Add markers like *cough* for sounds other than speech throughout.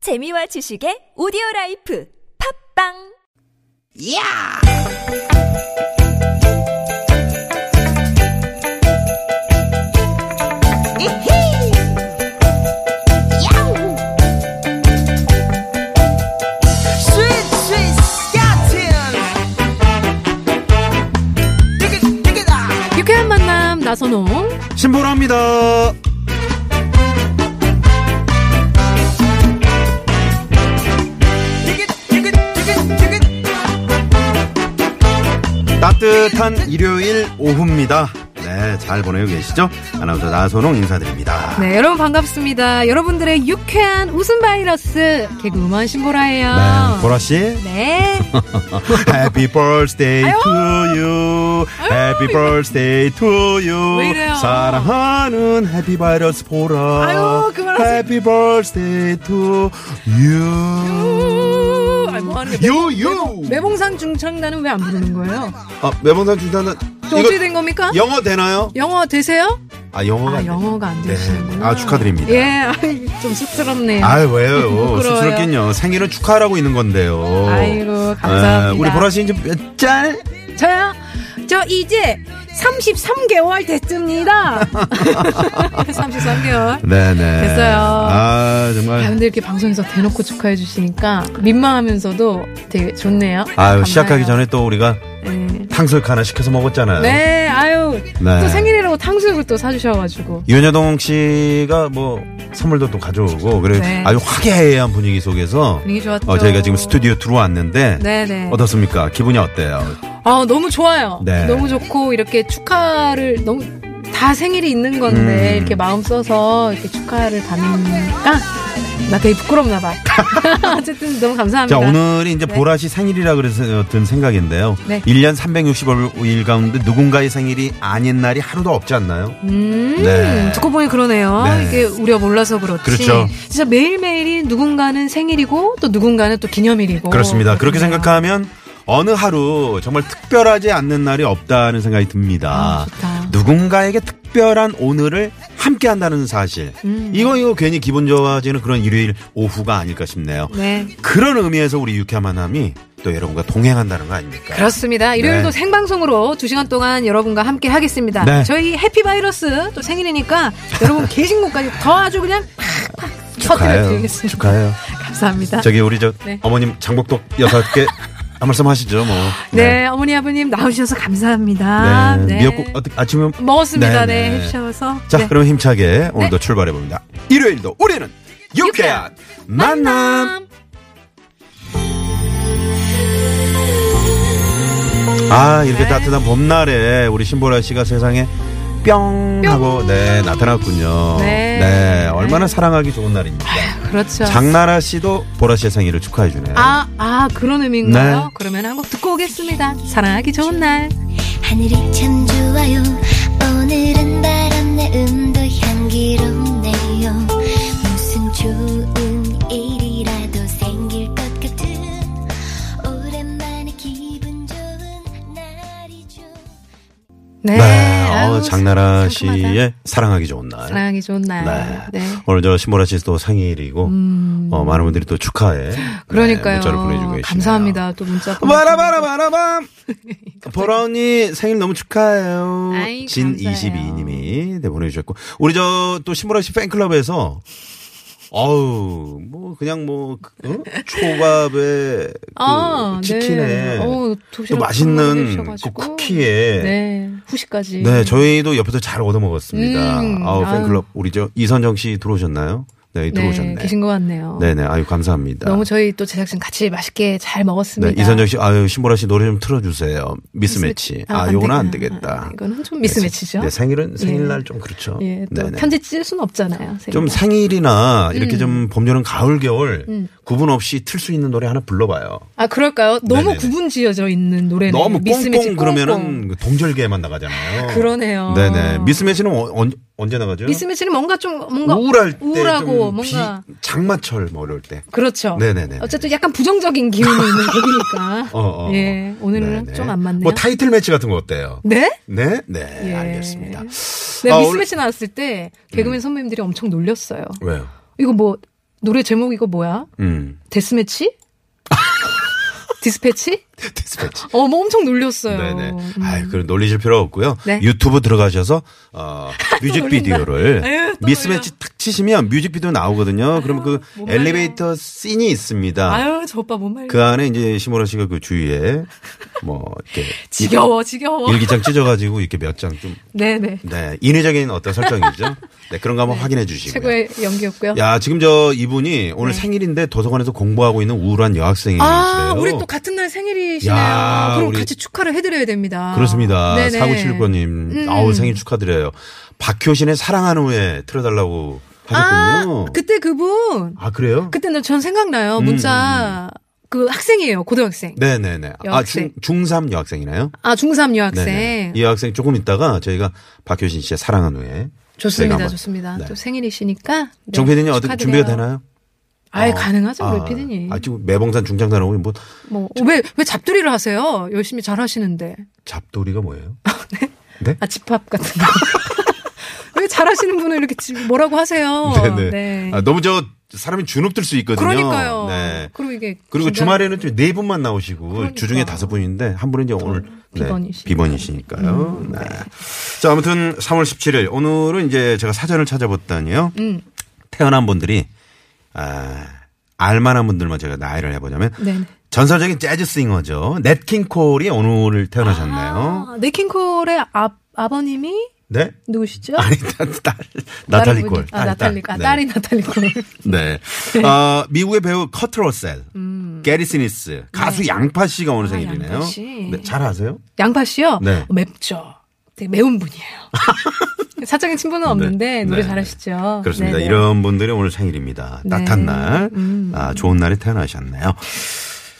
재미와 지식의 오디오 라이프 팝빵 야! 이히! 야우! 스윗, 스윗, 스캇틴! 디귿, 디귿아! 유쾌한 만남 나선홍 신보라입니다. 디귿, 디귿, 디귿, 디귿! 따뜻한 일요일 오후입니다. 네, 잘 보내고 계시죠? 아나운서 나선홍 인사드립니다. 네 여러분 반갑습니다 여러분들의 유쾌한 웃음 바이러스 개그우먼 네, 신보라예요 보라 씨, 네, Happy Birthday to you, Happy Birthday to 왜 you, 이래요? 사랑하는 해피 바이러스 보라, 아유, 그만하세요. Happy Birthday to you, 우, 네. 아이, 뭐 하는 게 you you. 매봉산 중창단은 왜 안 부르는 거예요 아, 매봉산 주사는 저 어떻게 된 겁니까 영어 되나요? 영어 되세요 아, 영어가 아 안 되네. 영어가 안 네. 되시는구나 아, 축하드립니다. 예 아이, 좀 쑥스럽네요 아유 왜요? 예. *laughs* 부끄러워요. 쑥스럽긴요. 생일은 축하하라고 있는 건데요. 아이고, 감사합니다. 아, 우리 보라 씨 이제 몇 짤? 저요 저 이제 33개월 됐습니다 *laughs* 33개월 네네. 됐어요. 아 아, 정말. 근데 이렇게 방송에서 대놓고 축하해 주시니까 민망하면서도 되게 좋네요. 아유 감사해요. 시작하기 전에 또 우리가 네. 탕수육 하나 시켜서 먹었잖아요. 네, 아유 네. 또 생일이라고 탕수육을 또 사주셔가지고 윤여동 씨가 뭐 선물도 또 가져오고 그래 네. 아주 화기애애한 분위기 속에서 분위기 좋았죠. 어, 저희가 지금 스튜디오 들어왔는데 네네. 어떻습니까? 기분이 어때요? 아 너무 좋아요. 네. 너무 좋고 이렇게 축하를 너무 다 생일이 있는 건데 음. 이렇게 마음 써서 이렇게 축하를 받으니까 나 되게 부끄럽나 봐. *laughs* 어쨌든 너무 감사합니다. 자 오늘이 이제 보라 씨 생일이라 그래서 든 생각인데요. 네. 1년 365일 가운데 누군가의 생일이 아닌 날이 하루도 없지 않나요? 음, 네. 듣고 보니 그러네요. 네. 이게 우리가 몰라서 그렇지. 그렇죠. 진짜 매일매일이 누군가는 생일이고 또 누군가는 또 기념일이고. 그렇습니다. 그렇게 그렇네요. 생각하면 어느 하루 정말 특별하지 않는 날이 없다는 생각이 듭니다. 아, 좋다. 누군가에게 특별한 오늘을 함께 한다는 사실. 음. 이거, 이거 괜히 기분 좋아지는 그런 일요일 오후가 아닐까 싶네요. 네. 그런 의미에서 우리 유쾌한 만남이 또 여러분과 동행한다는 거 아닙니까? 그렇습니다. 일요일도 네. 생방송으로 두시간 동안 여러분과 함께 하겠습니다. 네. 저희 해피바이러스 또 생일이니까 여러분 계신 곳까지 더 아주 그냥 팍팍 터뜨려 축하해요. 드리겠습니다. 축하해요. *laughs* 감사합니다. 저기 우리 저 네. 어머님 장복도 여섯 *laughs* 개한 말씀 하시죠, 뭐. 네. 어머니 아버님 나오셔서 감사합니다. 네. 미역국 어떻게 아침에 아, 먹었습니다. 네, 네, 네. 해주셔서. 자, 네. 그럼 힘차게 오늘도 출발해 봅니다. 일요일도 우리는 유쾌한 만남. 아, 네. 이렇게 따뜻한 봄날에 우리 신보라 씨가 세상에 뿅, 하고 네 나타났군요. 네. 얼마나 사랑하기 좋은 날입니다. 그렇죠. 장나라 씨도 보라 씨의 생일을 축하해 주네요. 아, 아, 그런 의미인가요? 네. 그러면 한 곡 듣고 오겠습니다. 사랑하기 좋은 날. 하늘이 참 좋아요 오늘은 바람내 음도 향기롭네요 무슨 좋은 일이라도 생길 것 같은 오랜만에 기분 좋은 날이죠 네. 네. 아유, 어, 장나라 상큼하다. 씨의 사랑하기 좋은 날. 사랑하기 좋은 날. 네. 네. 음. 오늘 저 신보라 씨도 생일이고 어, 많은 분들이 또 축하해. 네, 그러니까요. 문자를 보내주고 계시네요. 감사합니다. 또 문자. 뭐, *laughs* 바라바라바라밤 보라 언니 생일 너무 축하해요. 아이, 감사해요. 진22님이 네, 보내주셨고 우리 저 또 신보라 씨 팬클럽에서 어우 뭐 그냥 뭐 그, 어? 초밥에 그 아, 치킨에 네. 어, 또 도시락 맛있는 그 보내주셔가지고. 쿠키에 네. 후식까지. 네, 저희도 옆에서 잘 얻어 먹었습니다. 음, 아우 아유. 팬클럽 우리 저 이선정 씨 들어오셨나요? 네, 네, 들어오셨네. 계신 것 같네요. 네네, 아유 감사합니다. 너무 저희 또 제작진 같이 맛있게 잘 네, 먹었습니다. 이선정 씨, 아유, 신보라 씨 노래 좀 틀어주세요. 미스매치. 아, 요건 안 되겠다. 이거는 좀 미스매치죠. 네, 생일은, 생일날 예. 좀 그렇죠. 예, 또 네네. 편지 찔 순 없잖아요. 좀 생각. 생일이나 음. 이렇게 좀 봄, 여름, 가을, 겨울 구분 없이 틀 수 있는 노래 하나 불러봐요. 아 그럴까요? 너무 네네네. 구분 지어져 있는 노래는 너무 네, 미스매치 꽁꽁 그러면은 그 동절기에만 나가잖아요. 그러네요. 네네. 미스매치는 어- 언, 언제 나가죠? 미스매치는 뭔가 좀 뭔가 우울할 때. 우울하고 좀 비- 뭔가 장마철 뭐 이럴 때. 그렇죠. 네네네. 어쨌든 약간 부정적인 *laughs* 기운이 있는 곡이니까. 어, 어. 예, 오늘은 네네. 좀 안 맞네요. 뭐 타이틀 매치 같은 거 어때요? 네? 네? 네, 예. 알겠습니다. 네, 아, 오늘- 음. 미스매치 나왔을 때 개그맨 선배님들이 엄청 놀렸어요. 왜요? 이거 뭐 노래 제목 이거 뭐야? 음. *laughs* 데스매치? 디스패치? 디스패치. 어머 뭐 엄청 놀렸어요. 네네. 음. 아유, 그럼 놀리실 필요 없고요. 네. 유튜브 들어가셔서 *laughs* 어, 뮤직비디오를 아유, 예, 또 미스매치 탁 치시면 뮤직비디오 나오거든요. 그러면 그 못 말려. 엘리베이터 씬이 있습니다. 아유 저 오빠 못 말려. 그 안에 이제 시모라 씨가 그 주위에 뭐 이렇게 지겨워 지겨워. 일기장 찢어가지고 이렇게 몇 장 좀 *laughs* 네네. 네, 인위적인 어떤 설정이죠. 네, 그런 거 한번 확인해 주시고요. 최고의 연기였고요. 네. 야, 지금 저 이분이 오늘 생일인데 도서관에서 공부하고 있는 우울한 여학생이시래요. 아, 우리 또 같은 날 생일이시네요. 네, 아, 야, 그럼 우리- 같이 축하를 해드려야 됩니다. 그렇습니다. 아, 네네. 4979번님. 음. 아우, 생일 축하드려요. 박효신의 사랑한 후에 틀어달라고 아, 하셨군요. 아, 그... 그때 그분. 래요 그때 전 생각나요. 문자 그 학생이에요. 고등학생. 음. 네네네. 아, 중, 여학생. 중3 여학생이나요? 아, 중3 여학생. 네네. 예. 이 여학생 조금 있다가 저희가 박효신 씨의 사랑한 후에. 저희가 좋습니다. 한번- 좋습니다. 네. 또 생일이시니까. 네, 정 PD님 어떻게 축하드려요. 준비가 되나요? 아예 어, 가능하죠. 우리 아, PD님. 아, 지금 매봉산 중창단하고 뭐 뭐, 왜, 왜 잡두리를 하세요? 열심히 잘 하시는데. 잡돌이가 뭐예요? 아, 집합 같은 거. *laughs* 왜 잘하시는 분은 이렇게 지- 뭐라고 하세요? *laughs* 네네. 네. 아, 너무 저 사람이 주눅들 수 있거든요. 그러니까요. 네. 그리고 이게 그리고 중간에 주말에는 좀 네 분만 나오시고 그러니까. 주중에 다섯 분인데 한 분은 이제 오늘 네, 비번이시니까. 비번이시니까요. 음, 네. 자 아무튼 3월 17일 오늘은 이제 제가 사전을 찾아봤더니요. 음. 태어난 분들이 아, 알만한 분들만 제가 나이를 해보자면 네네. 전설적인 재즈 싱어죠. 넷킹 콜이 오늘 태어나셨네요. 아, 네킹콜의 아, 아버님이 네? 누구시죠? 아니 딸, 딸 나탈리 다른 분이- 콜. 아, 딸, 나탈리, 딸. 아, 네. 딸이 나탈리 콜. 네. 아, 미국의 배우 커트 러셀, 게리 시니스, 가수 양파 씨가 오늘 생일이네요. 음. 네. 아, 양파 씨. 네, 잘 아세요? 양파 씨요? 네. 어, 맵죠. 되게 *laughs* 매운 분이에요. 사적인 친분은 없는데 네. 노래 네. 잘하시죠. 그렇습니다. 네네. 이런 분들이 오늘 생일입니다. 네. 음. 따뜻한 날, 아, 좋은 날에 태어나셨네요.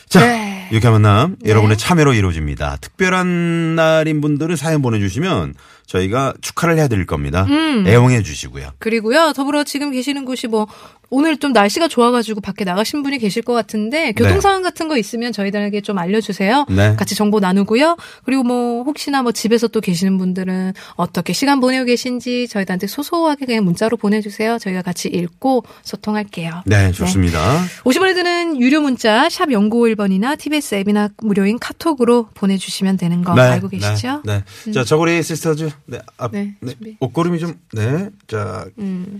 자, 네. 유쾌한 만남 여러분의 참여로 이루어집니다. 특별한 날인 분들은 사연 보내주시면 저희가 축하를 해드릴 겁니다. 음. 애용해 주시고요. 그리고요, 더불어 지금 계시는 곳이 뭐, 오늘 좀 날씨가 좋아가지고 밖에 나가신 분이 계실 것 같은데, 교통 상황 같은 거 있으면 저희들에게 좀 알려주세요. 네. 같이 정보 나누고요. 그리고 뭐, 혹시나 뭐 집에서 또 계시는 분들은 어떻게 시간 보내고 계신지 저희들한테 소소하게 그냥 문자로 보내주세요. 저희가 같이 읽고 소통할게요. 네, 좋습니다. 50원에 드는 유료 문자 샵 0951번이나 TBS 앱이나 무료인 카톡으로 보내주시면 되는 거 어, 알고 계시죠? 음. 네. 네. 자, 저고리 시스터즈. 네. 앞, 네, 네. 준비. 음. 옷걸음이 좀, 네. 자,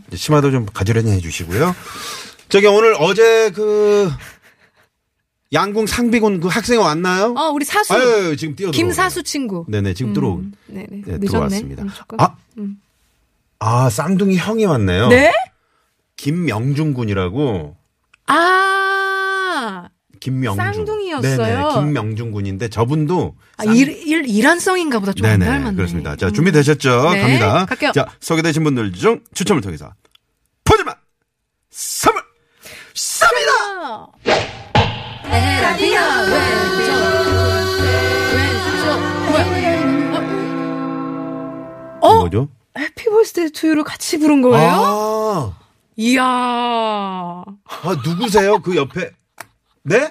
이제 치마도 좀 가지런히 해주시고요. 저기 오늘 어제 그 양궁 상비군 그 학생이 왔나요? 어, 우리 사수. 아유, 지금 뛰어들어. 김사수 친구. 네네, 지금 음, 들어오. 네네. 네, 늦었네. 들어왔습니다. 음, 조금. 아, 아, 쌍둥이 형이 왔네요. 네? 김명중 군이라고. 아, 김명중. 쌍둥이였어요? 네네, 김명중 군인데 저분도. 아 쌍- 일, 일, 일환성인가 보다 좀 안 닮았네. 음. 그렇습니다. 자, 준비되셨죠? 네, 갑니다. 갈게요. 자, 소개되신 분들 중 추첨을 통해서 포즈만 선물 쏩니다! 에라디아 왼쪽 왼쪽 네, 그렇죠. 뭐야? 어? 어? 뭐죠? 해피 벌스데이 투유를 같이 부른 거예요? 아, 이야 아, 누구세요? 그 옆에. 네?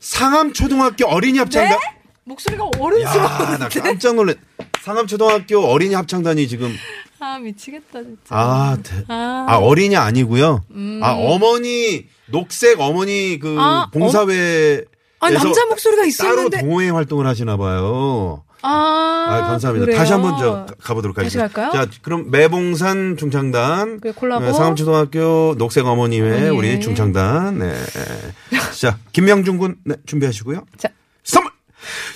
상암초등학교 어린이 합창단? 네? 목소리가 야, 나 어른스러운데 깜짝 놀래. 상암초등학교 어린이 합창단이 지금. 아 미치겠다 진짜 아, 대- 아. 음. 아, 어린이 아니고요 아, 어머니, 녹색 어머니 그 아, 봉사회. 아, 남자 목소리가 따로 있었는데 동호회 활동을 하시나 봐요. 아, 아, 감사합니다. 그래요? 다시 한번 저 가- 가보도록 다시 하겠습니다. 갈까요? 자, 그럼 매봉산 중창단, 그래, 콜라보. 네, 상암초등학교 녹색 어머님의 어머니의. 우리 중창단, *laughs* 네. 자, 김명중 군 네, 준비하시고요. 자. 선물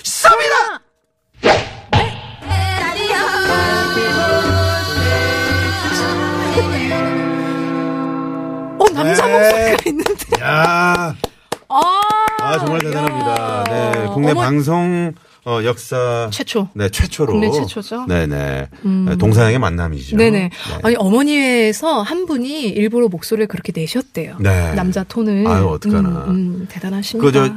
쏩니다. 어 남자 네. 목소리가 있는데 야, 아, 아 정말 야. 대단합니다. 네, 국내 어머, 방송 어, 역사 최초. 네, 최초로 국내 최초죠? 음. 네, 네. 동서양의 만남이죠. 네네. 네. 아니 어머니회에서 한 분이 일부러 목소리를 그렇게 내셨대요. 네. 남자 톤을. 아유, 어떡하나. 음, 음, 대단하십니다. 그저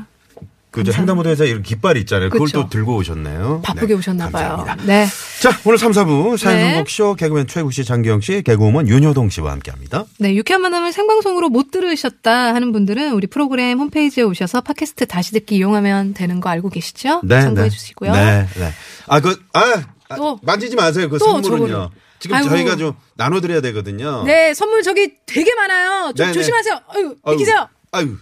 그저 횡단보도에서 이런 깃발 있잖아요. 그걸 그쵸. 또 들고 오셨네요. 네, 바쁘게 오셨나 봐요. 감사합니다. 네. 자, 오늘 3, 4부 사연 네. 선곡쇼 개그맨 최국 씨, 장기영 씨, 개그우먼 윤효동 씨와 함께합니다. 네, 유쾌한 만남을 생방송으로 못 들으셨다 하는 분들은 우리 프로그램 홈페이지에 오셔서 팟캐스트 다시 듣기 이용하면 되는 거 알고 계시죠? 참고해 주시고요. 네, 네. 아, 그, 아, 아, 또. 만지지 마세요. 그 또 선물은요. 저거를. 지금 아이고. 저희가 좀 나눠드려야 되거든요. 네, 선물 저기 되게 많아요. 네, 좀 네. 조심하세요. 아유, 아유, 비키세요. 아유.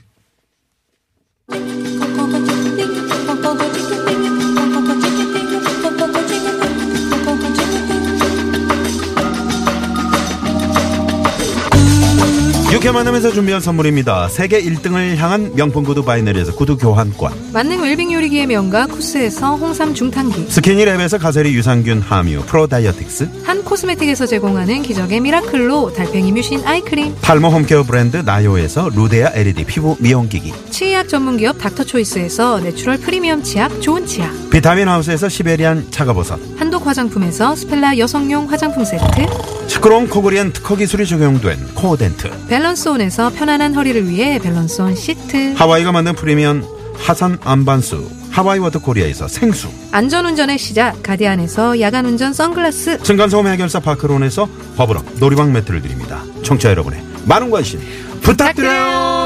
육회 만나면서 준비한 선물입니다. 세계 1등을 향한 명품 구두 바이너리에서 구두 교환권. 만능 웰빙 요리기의 명가 쿠스에서 홍삼 중탕기. 스키니랩에서 가세리 유산균 함유 프로 다이어틱스. 한 코스메틱에서 제공하는 기적의 미라클로 달팽이 뮤신 아이크림. 탈모 홈케어 브랜드 나요에서 루데아 LED 피부 미용기기. 치약 전문기업 닥터초이스에서 내추럴 프리미엄 치약 좋은 치약. 비타민 하우스에서 시베리안 차가버섯. 한독 화장품에서 스펠라 여성용 화장품 세트. 시끄러운 코골이엔 특허 기술이 적용된 코어덴트. 밸런스온에서 편안한 허리를 위해 밸런스온 시트. 하와이가 만든 프리미엄 하산 안반수. 하와이 워터 코리아에서 생수. 안전운전의 시작 가디안에서 야간운전 선글라스. 층간소음 해결사 파크론에서 버블업 놀이방 매트를 드립니다. 청취자 여러분의 많은 관심 부탁드려요.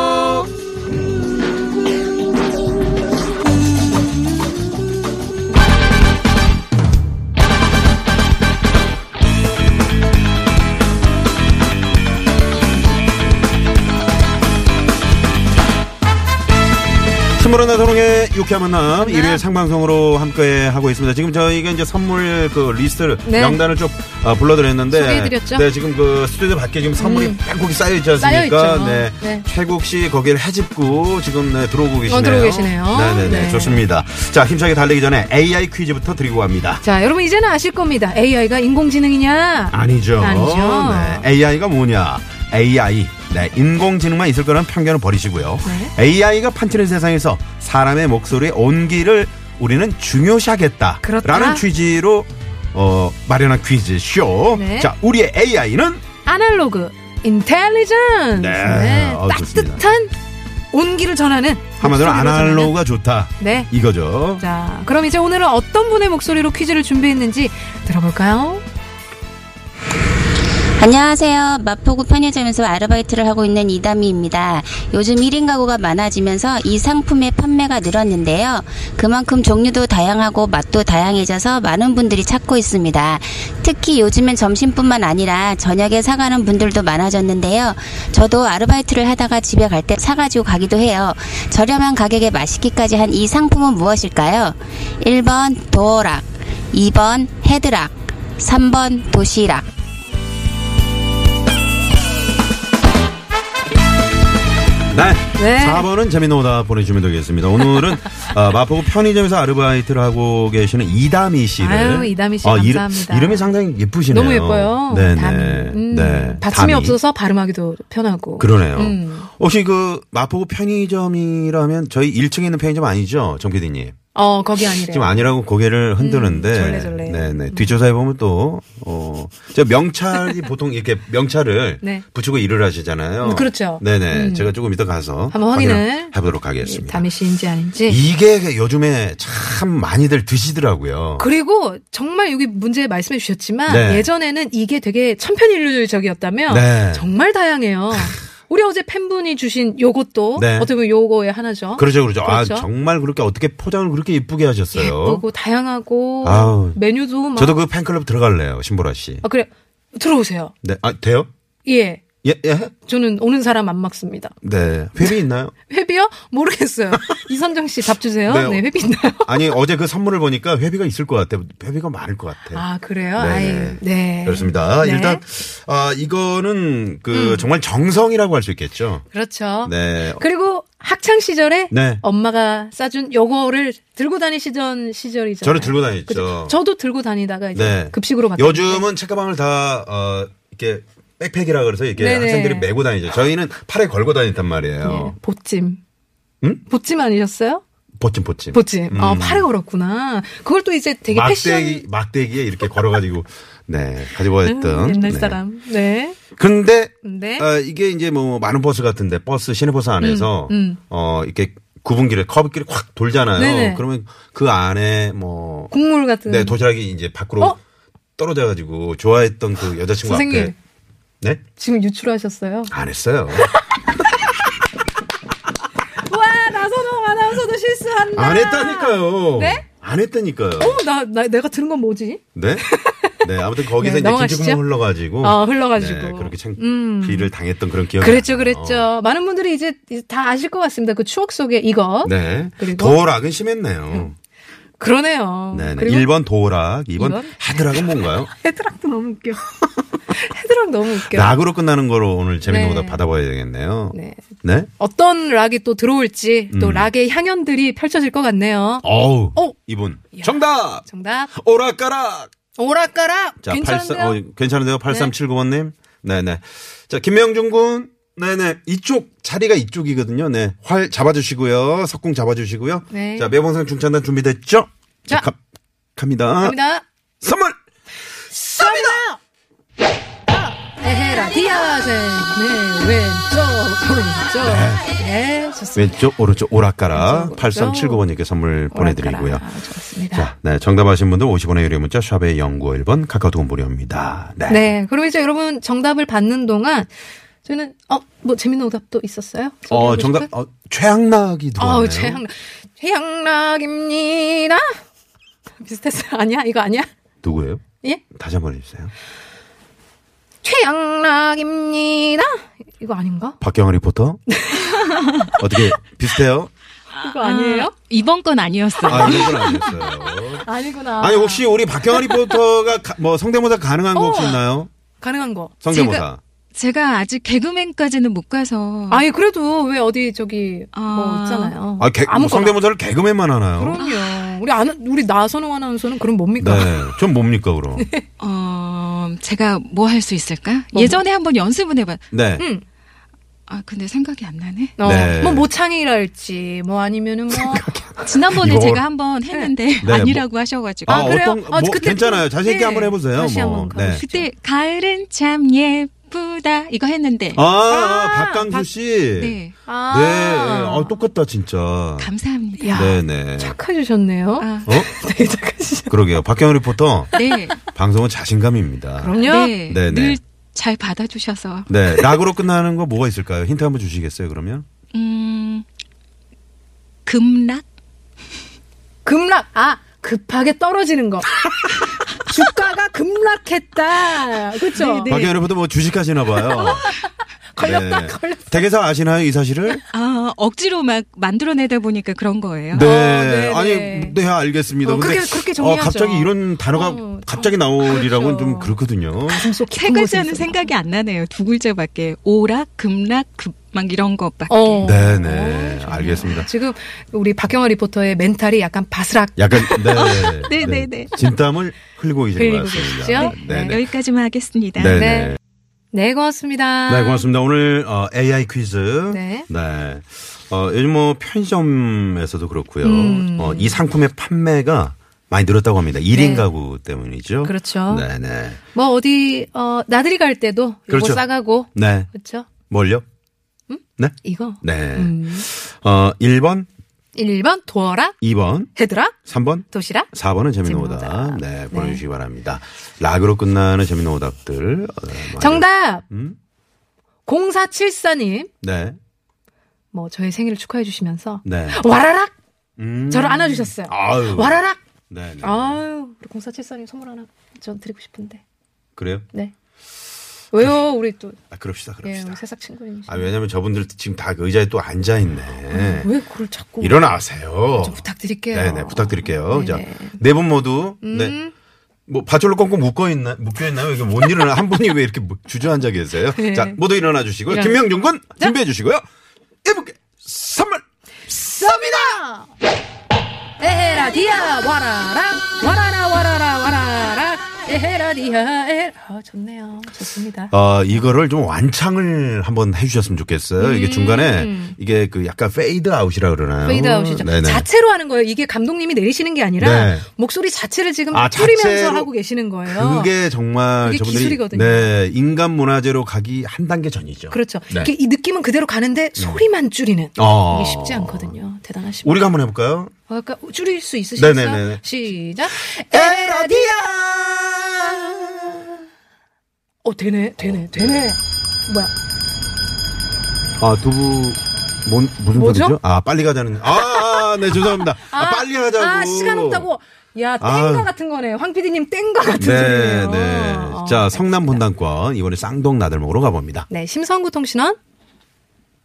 신보라나 소롱의 유쾌한 네. 만남 일요일 상방송으로 함께 하고 있습니다. 지금 저희가 이제 선물 그 리스트를 네. 명단을 좀 어, 불러드렸는데 소개해드렸죠? 음. 네, 지금 그 스튜디오 밖에 지금 선물이 빼곡히 쌓여 있지 않습니까? 쌓여있죠. 네. 네. 최국 씨 거기를 해집고 지금 네, 들어오고 계시네요. 들어오고 계시네요. 네네네. 네. 좋습니다. 자, 힘차게 달리기 전에 AI 퀴즈부터 드리고 갑니다. 자, 여러분 이제는 아실 겁니다. AI가 인공지능이냐? 아니죠. 아니죠. 네. AI가 뭐냐? AI. 네, 인공지능만 있을 거라는 편견을 버리시고요. 네. AI가 판치는 세상에서 사람의 목소리의 온기를 우리는 중요시하겠다. 그렇다. 라는 취지로 어, 마련한 퀴즈쇼. 네. 자, 우리의 AI는 아날로그, 인텔리전스. 네. 어, 좋습니다. 따뜻한 온기를 전하는 한마디로 목소리로 전하는. 아날로그가 좋다. 네. 이거죠. 자, 그럼 이제 오늘은 어떤 분의 목소리로 퀴즈를 준비했는지 들어볼까요? 안녕하세요. 마포구 편의점에서 아르바이트를 하고 있는 이다미입니다. 요즘 1인 가구가 많아지면서 이 상품의 판매가 늘었는데요. 그만큼 종류도 다양하고 맛도 다양해져서 많은 분들이 찾고 있습니다. 특히 요즘엔 점심뿐만 아니라 저녁에 사가는 분들도 많아졌는데요. 저도 아르바이트를 하다가 집에 갈 때 사가지고 가기도 해요. 저렴한 가격에 맛있기까지 한 이 상품은 무엇일까요? 1번 도어락, 2번 헤드락, 3번 도시락. 네. 네. 4번은 재미있는 오다 보내주면 되겠습니다. *laughs* 오늘은 아, 마포구 편의점에서 아르바이트를 하고 계시는 이다미 씨를. 아유, 이다미 씨 이름- 감사합니다. 이름이 상당히 예쁘시네요. 너무 예뻐요. 네네. 담. 음, 네. 받침이 담이. 없어서 발음하기도 편하고. 그러네요. 음. 혹시 그 마포구 편의점이라면 저희 1층에 있는 편의점 아니죠? 정 PD님. 어, 거기 아니래요. 지금 아니라고 고개를 흔드는데. 음, 절레절레. 네네. 뒷조사해 보면 또, 어, 제가 *laughs* 명찰이 보통 이렇게 명찰을 네. 붙이고 일을 하시잖아요. 음, 그렇죠. 네네. 음. 제가 조금 이따 가서 한번 확인을 네. 해 보도록 이 하겠습니다. 담이 씨인지 아닌지. 이게 요즘에 참 많이들 드시더라고요. 그리고 정말 여기 문제 말씀해 주셨지만 네. 예전에는 이게 되게 천편일률적이었다면 네. 정말 다양해요. 우리 어제 팬분이 주신 요것도 네. 어떻게 보면 요거의 하나죠. 그러죠, 그러죠. 아, 그렇죠. 정말 그렇게 어떻게 포장을 그렇게 예쁘게 하셨어요. 예쁘고 뭐. 다양하고 아우. 메뉴도 막 저도 그 팬클럽 들어갈래요, 신보라 씨. 아, 그래 들어오세요. 네, 아, 돼요? 예. 예, 예? 저는 오는 사람 안 막습니다. 네. 회비 있나요? 회비요? *laughs* 모르겠어요. 이선정 씨 답 주세요. 네. 네, 회비 있나요? 아니, 어제 그 선물을 보니까 회비가 있을 것 같아요. 회비가 많을 것 같아요. 아, 그래요? 네, 아예. 네. 그렇습니다. 네. 음. 일단, 아, 이거는 그 정말 정성이라고 할 수 있겠죠. 그렇죠. 네. 그리고 학창 시절에 네. 엄마가 싸준 요거를 들고 다니시던 시절이죠. 저를 들고 다녔죠. 저도 들고 다니다가 이제 네. 급식으로 받 요즘은 책가방을 다, 어, 이렇게 백팩이라 그래서 이렇게 네네. 학생들이 메고 다니죠. 저희는 팔에 걸고 다녔단 말이에요. 네. 보찜. 응? 보찜 아니셨어요? 보침, 보침. 네. 보찜. 아, 음. 팔에 걸었구나. 그걸 또 이제 되게 막대기, 패션 막대기에 이렇게 걸어가지고, 네, 가지고 왔던. 음, 옛날 네. 사람. 네. 근데 근데 어, 이게 이제 뭐 많은 버스 같은데 버스 시내버스 안에서 음. 어 이렇게 구분길에 커브길이 확 돌잖아요. 네네. 그러면 그 안에 뭐 국물 같은 네, 도시락이 이제 밖으로 어? 떨어져 가지고 좋아했던 그 여자친구 선생님. 앞에 네? *laughs* 지금 유출하셨어요. 안 했어요. 와, 나선호 아나운서도 실수한다. 안 했다니까요. 네? 안 했다니까요. 어, 나, 나 내가 들은 건 뭐지? 네? 네, 아무튼 거기서 네, 이제 넘어가시죠. 김치국물 흘러가지고. 어, 흘러가지고. 네, 그렇게 창피를 음. 당했던 그런 기억이. 그랬죠, 나네요. 어. 그랬죠. 많은 분들이 이제, 이제 다 아실 것 같습니다. 그 추억 속에 이거. 네. 그리고? 도어락은 심했네요. 그러네요. 네, 네. 그리고 1번 도어락, 2번 이번? 헤드락은 *laughs* 뭔가요? 헤드락도 너무 *laughs* 웃겨. 헤드락 너무 웃겨. 락으로 끝나는 거로 오늘 재밌는 그렇죠. 네. 거다 받아봐야 되겠네요. 네. 네? 어떤 락이 또 들어올지 또 음. 락의 향연들이 펼쳐질 것 같네요. 어우. 어. 이분. 정답! 정답. 오락가락! 오락가락. 자, 괜찮은데요? 네. 83, 어, 괜찮은데요? 8379번님. 네네. 자, 김명중 군. 네네. 이쪽, 자리가 이쪽이거든요. 네. 활 잡아주시고요. 석궁 잡아주시고요. 네. 자, 매봉상 중창단 준비됐죠? 자. 갑, 갑니다. 갑니다. 선물! 에헤라 디아제. 네, 왼쪽, 오른쪽. 네, 좋습니다. 왼쪽, 오른쪽, 오락가락. 왼쪽, 오른쪽. 8379번님께 선물 보내드리고요. 오락가락. 좋습니다. 자, 네. 정답하신 분들 50원의 유료 문자, 샵의 0951번, 카카오톡 무료입니다. 네. 네. 그럼 이제 여러분 정답을 받는 동안 저희는 어 뭐 재밌는 오답도 있었어요? 어, 소개해보실까요? 정답, 어, 최악락이 들어왔네요. 어, 최양락. 최양락입니다. 비슷했어. *laughs* 아니야? 이거 아니야? 누구예요? 예? 다시 한번 해주세요. 최양락입니다. 이거 아닌가? 박경아 *laughs* 리포터? 어떻게 비슷해요? 이거 아니에요? 이번 건 아니었어요. 아, 이건 아니었어요. 아니구나. 아니, 혹시 우리 박경아 리포터가 가- 뭐 성대모사 가능한 거 혹시 어. 있나요? 가능한 거. 성대모사. 제가 아직 개그맨까지는 못 가서. 아니 그래도 왜 어디 저기 뭐 아. 있잖아요. 아, 개, 뭐 성대모사를 개그맨만 하나요? 그럼요. 우리 아는 우리 나선호 아나운서는 그럼 뭡니까? 네. 좀 뭡니까, 그럼? 네. 어, 제가 뭐 할 수 있을까? 예전에 한번 연습은 해봤. 네. 음. 아 근데 생각이 안 나네. 어, 네. 뭐 모창이랄지 뭐 아니면은 뭐 지난번에 이거- 제가 한번 했는데 네, 아니라고 하셔가지고. 아, 그래요? 어떤, 뭐, 아, 그때 괜찮아요. 그- 자신 있게 네. 한번 해보세요. 다시 뭐. 한번 가보시죠. 그때 가을은 참 예쁘다 이거 했는데. 아, 아, 박강수 씨. 네. 아. 네. 아, 똑같다, 진짜. 감사합니다. 야, 네네. 착해주셨네요. *laughs* 아, 어? 그러게요. 박경아 리포터. 네. 방송은 자신감입니다. 그럼요. 네. 네네. 늘 잘 받아주셔서. 네. 락으로 끝나는 거 뭐가 있을까요? 힌트 한번 주시겠어요, 그러면? 음. 금락? 급락. 아 급하게 떨어지는 거. 주가가 급락했다. 그렇죠. 네, 네. 박경아 리포터 뭐 주식하시나 봐요. *laughs* 걸렸다. 네. 걸렸다. 댁에서 아시나요, 이 사실을? 아, 억지로 막 만들어내다 보니까 그런 거예요. 네. 네네. 아니, 네, 알겠습니다. 어, 근데 그렇게- 그렇게 어, 정리하죠. 갑자기 이런 단어가 어, 갑자기 나오리라고는 그렇죠. 좀 그렇거든요. 가슴속 세 깊은 곳에 글자는 있어요. 생각이 안 나네요. 두 글자밖에. 오락, 금락, 급 막 이런 것밖에. 어. 네네. 알겠습니다. 지금 우리 박경화 리포터의 멘탈이 약간 바스락. 약간, *laughs* 네. 네, 네, 네. 진땀을 흘리고 계신 것 흘리고 같습니다. 계시죠? 네네. 여기까지만 하겠습니다. 네네. 네. 네, 고맙습니다. 네, 고맙습니다. 오늘 어, AI 퀴즈. 네. 어, 요즘 뭐 편의점에서도 그렇고요. 음. 네. 어, 이 상품의 판매가 많이 늘었다고 합니다. 1인 가구 때문이죠. 그렇죠. 네, 네. 뭐 어디 어 나들이 갈 때도 이거 그렇죠. 싸가고 네. 그렇죠. 뭘요? 네? 이거. 네. 음. 어, 1번, 1번 도어락, 2번, 헤드락, 3번, 도시락. 4번은 재밌는 재밌는 오답. 오답. 네, 네. 보내주시기 바랍니다. 락으로 끝나는 재밌는 오답들. 어, 많이- 정답. 음? 0474님. 네. 뭐 저의 생일을 축하해 주시면서 네. 와라락 음. 저를 안아 주셨어요. 아유. 와라락. 어. 네, 네. 아유, 우리 0474님 선물 하나 전 드리고 싶은데. 그래요? 네. 왜요? 우리 또 아, 그럽시다, 예, 그럽시다. 우리 새싹 친구님이시. 아, 왜냐면 저분들 지금 다그 의자에 또 앉아있네. 왜 그걸 자꾸 일어나세요. 좀 부탁드릴게요. 네네, 부탁드릴게요. 네네. 음? 자, 네 분 모두. 네. 뭐, 밧줄로 꽁꽁 묶어있나, 묶여있나요? 이게 못 일어나. 한 분이 왜 이렇게 주저앉아 계세요? 네. 자, 모두 일어나 주시고요. 일어나- 김명준 군, 준비해 주시고요. 이분께 선물! 에헤라 디야 와라라 와라라 와라라 와라라 에헤라 디야 에헤라 아, 좋네요 좋습니다 어, 이거를 좀 완창을 한번 해주셨으면 좋겠어요. 이게 중간에, 이게 그 약간 페이드 아웃이라 그러나요? 음. 페이드 아웃이죠 어, 네네. 자체로 하는 거예요 이게 감독님이 내리시는 게 아니라 네. 목소리 자체를 지금 아, 줄이면서 자체로 하고 계시는 거예요 그게 정말 그게 저분들이 기술이거든요. 그렇죠. 네 인간 문화재로 가기 한 단계 전이죠. 렇죠 네. 음. 이게 이 느낌은 그대로 가는데 소리만 줄이는 어. 이게 쉽지 않거든요 대단하십니다 우리가 한번 해볼까요? 아까 줄일 수 있으시겠어요 네네네네. 시작 에라디야 어 되네 되네 되네 뭐야 아 두부 뭔 무슨 뭐죠? 소리죠? 아 빨리 가자는 아, 아, 아, 네, 죄송합니다. 아, 빨리 하자고. 아, 시간 없다고. 야, 땡과 아. 같은 거네. 황 PD님 땡과 같은 네, 소리예요. 네. 어, 자, 성남 분당권 이번에 쌍동 나들목으로 가봅니다. 네, 심성구 통신원.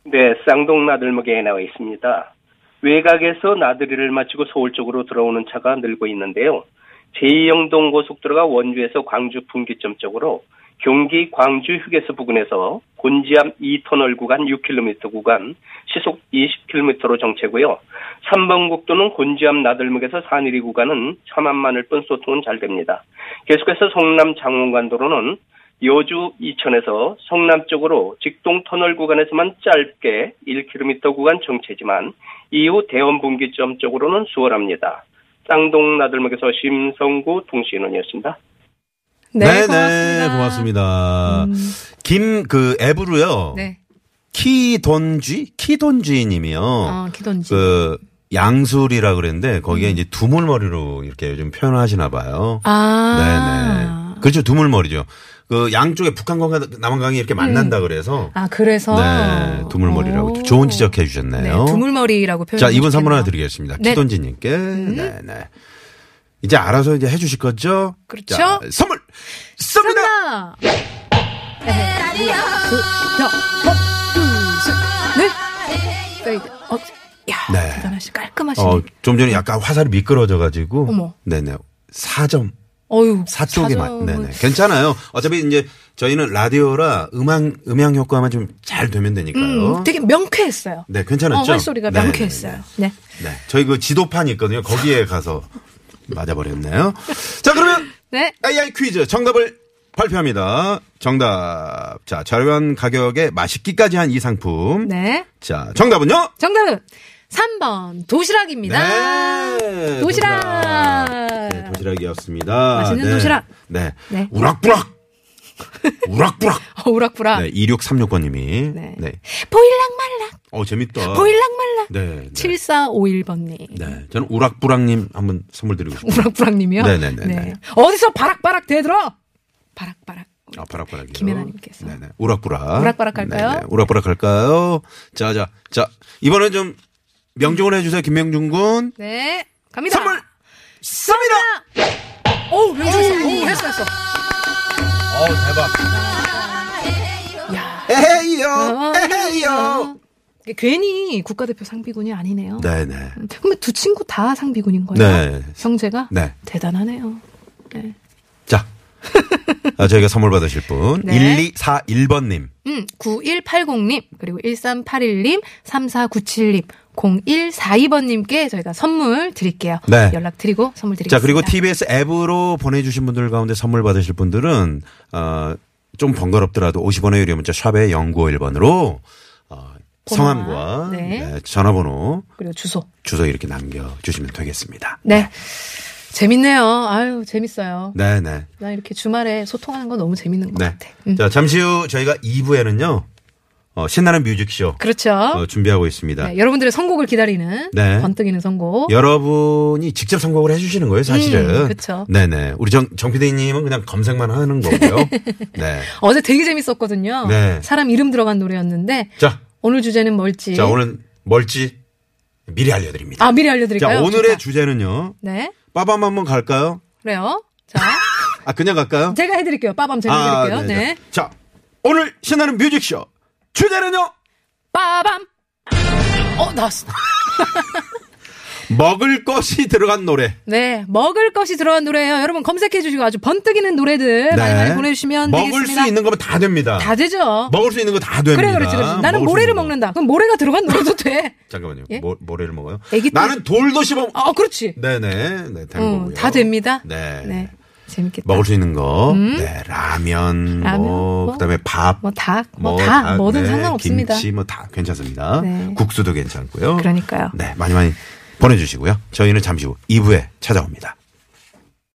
네, 쌍동 나들목에 나와 있습니다. 외곽에서 나들이를 마치고 서울 쪽으로 들어오는 차가 늘고 있는데요. 제2영동 고속도로가 원주에서 광주 분기점 쪽으로 경기 광주 휴게소 부근에서 곤지암 2터널 구간 6km 구간 시속 20km로 정체고요. 3번 국도는 곤지암 나들목에서 산일리 구간은 차만 많을 뿐 소통은 잘 됩니다. 계속해서 성남 장원간도로는 여주 이천에서 성남 쪽으로 직동 터널 구간에서만 짧게 1km 구간 정체지만 이후 대원 분기점 쪽으로는 수월합니다. 쌍동 나들목에서 심성구 통신원이었습니다. 네, 음. 네, 고맙습니다. 김 그 앱으로요. 네. 키돈쥐 키돈쥐 님이요. 어, 키돈지. 그 양술이라 그랬는데 거기에 음. 이제 두물머리로 이렇게 요즘 표현하시나 봐요. 아. 네네. 그렇죠. 두물머리죠. 그 양쪽에 북한강과 남한강이 이렇게 만난다 그래서. 음. 아, 그래서. 네. 두물머리라고. 오. 좋은 지적해 주셨네요. 네, 두물머리라고 표현. 자, 이분 선물 하나 드리겠습니다. 네. 키돈지님께. 네네. 이제 알아서 이제 해 주실 거죠? 그렇죠. 자, 선물! 쏩니다! 하나. 네. 어, 둘, 셋, 넷. 페이드. 어, 야, 네. 대단하시, 깔끔하시네. 어, 어, 좀 전에 약간 화살이 미끄러져 가지고. 어머. 네네. 4점. 어유. 사쪽이 맞. 사정. 네네. 괜찮아요. 어차피 이제 저희는 라디오라 음향 음향 효과만 좀 잘 되면 되니까요. 음, 되게 명쾌했어요. 어? 네, 괜찮았죠? 어, 소리가 네, 명쾌했어요. 네. 네, 저희 그 지도판 있거든요. 거기에 가서 맞아버렸네요. 자, 그러면 네. AI 퀴즈 정답을 발표합니다. 정답. 자, 저렴한 가격에 맛있기까지 한 이 상품. 네. 자, 정답은요? 정답은 3번 도시락입니다. 네, 도시락. 네, 도시락이었습니다. 맛있는 네. 도시락. 네. 네. 우락부락. *laughs* 우락부락. 어, 우락부락. 네, 2636번님이. 네. 네. 보일락 말락. 어, 재밌다. 보일락 말락. 네. 네. 7451번님. 네. 저는 우락부락님 한번 선물 드리고 싶어요. 우락부락님이요? 네네네네. 어디서 바락바락 대들어? 바락바락. 아, 바락바락이요. 김혜나님께서. 네네. 우락부락. 우락부락 할까요? 네네. 우락부락 할까요? 자, 자, 자. 이번엔 좀 명중을 해주세요. 김명중 군. 네. 갑니다. 선물! 쏩니다! 음. 오, 명수씨. 오, 했어, 했어. 어 대박. 야. 에헤이요! 에헤이요! 이게 괜히 국가대표 상비군이 아니네요. 네네. 음, 그러면 두 친구 다 상비군인 거예요? 네. 형제가? 네. 대단하네요. 네. 자. 아, 저희가 선물 받으실 분. 네. 1241번님. 음, 9180님, 그리고 1381님, 3497님, 0142번님께 저희가 선물 드릴게요. 네. 연락드리고 선물 드리겠습니다. 자, 그리고 TBS 앱으로 보내주신 분들 가운데 선물 받으실 분들은, 어, 좀 번거롭더라도 50원의 유료 문자 샵의 0951번으로, 어, 성함과 네. 네, 전화번호, 그리고 주소. 주소 이렇게 남겨주시면 되겠습니다. 네. 재밌네요. 아유, 재밌어요. 네네. 나 이렇게 주말에 소통하는 건 너무 재밌는 것 네. 같아. 음. 자, 잠시 후 저희가 2부에는요, 어, 신나는 뮤직쇼, 그렇죠. 어, 준비하고 있습니다. 네, 여러분들의 선곡을 기다리는 네. 번뜩이는 선곡. 여러분이 직접 선곡을 해주시는 거예요, 사실은. 음, 그쵸. 네네. 우리 정, 정 PD님은 그냥 검색만 하는 *laughs* 거고요. 네. 어제 되게 재밌었거든요. 네. 사람 이름 들어간 노래였는데 자, 오늘 주제는 뭘지. 자, 오늘 뭘지 미리 알려드립니다. 예. 아 미리 알려드릴까요? 자, 오늘의 좋다. 주제는요. 네 빠밤 한번 갈까요? 그래요. 자 *laughs* 아, 그냥 갈까요? 제가 해드릴게요. 빠밤 제가 해드릴게요. 네. 네. 자, 오늘 신나는 뮤직쇼 주제는요. 빠밤. 어 나왔어. 먹을 것이 들어간 노래. 네 먹을 것이 들어간 노래예요. 여러분 검색해 주시고 아주 번뜩이는 노래들 네, 많이 많이 보내주시면 네. 먹을 되겠습니다. 수 있는 거면 다 됩니다. 다 되죠. 먹을 수 있는 거 다 됩니다. 그래 그렇지 그렇지. 먹을 나는 수 모래를 있는 거. 먹는다. 그럼 모래가 들어간 *laughs* 노래도 돼. 잠깐만요. 예? 뭐, 모래를 먹어요? 애기 또- 나는 돌도 씹어. 아 그렇지. 네네. 네, 되는 어, 거고요. 다 됩니다. 네. 네. 재밌겠다. 먹을 수 있는 거. 네. 라면, 라면, 뭐, 뭐, 그다음에 밥. 뭐 닭, 뭐 뭐 다, 다, 뭐든 네, 상관없습니다. 김치 뭐 다 괜찮습니다. 네. 국수도 괜찮고요. 그러니까요. 네, 많이 많이 보내주시고요. 저희는 잠시 후 2부에 찾아옵니다.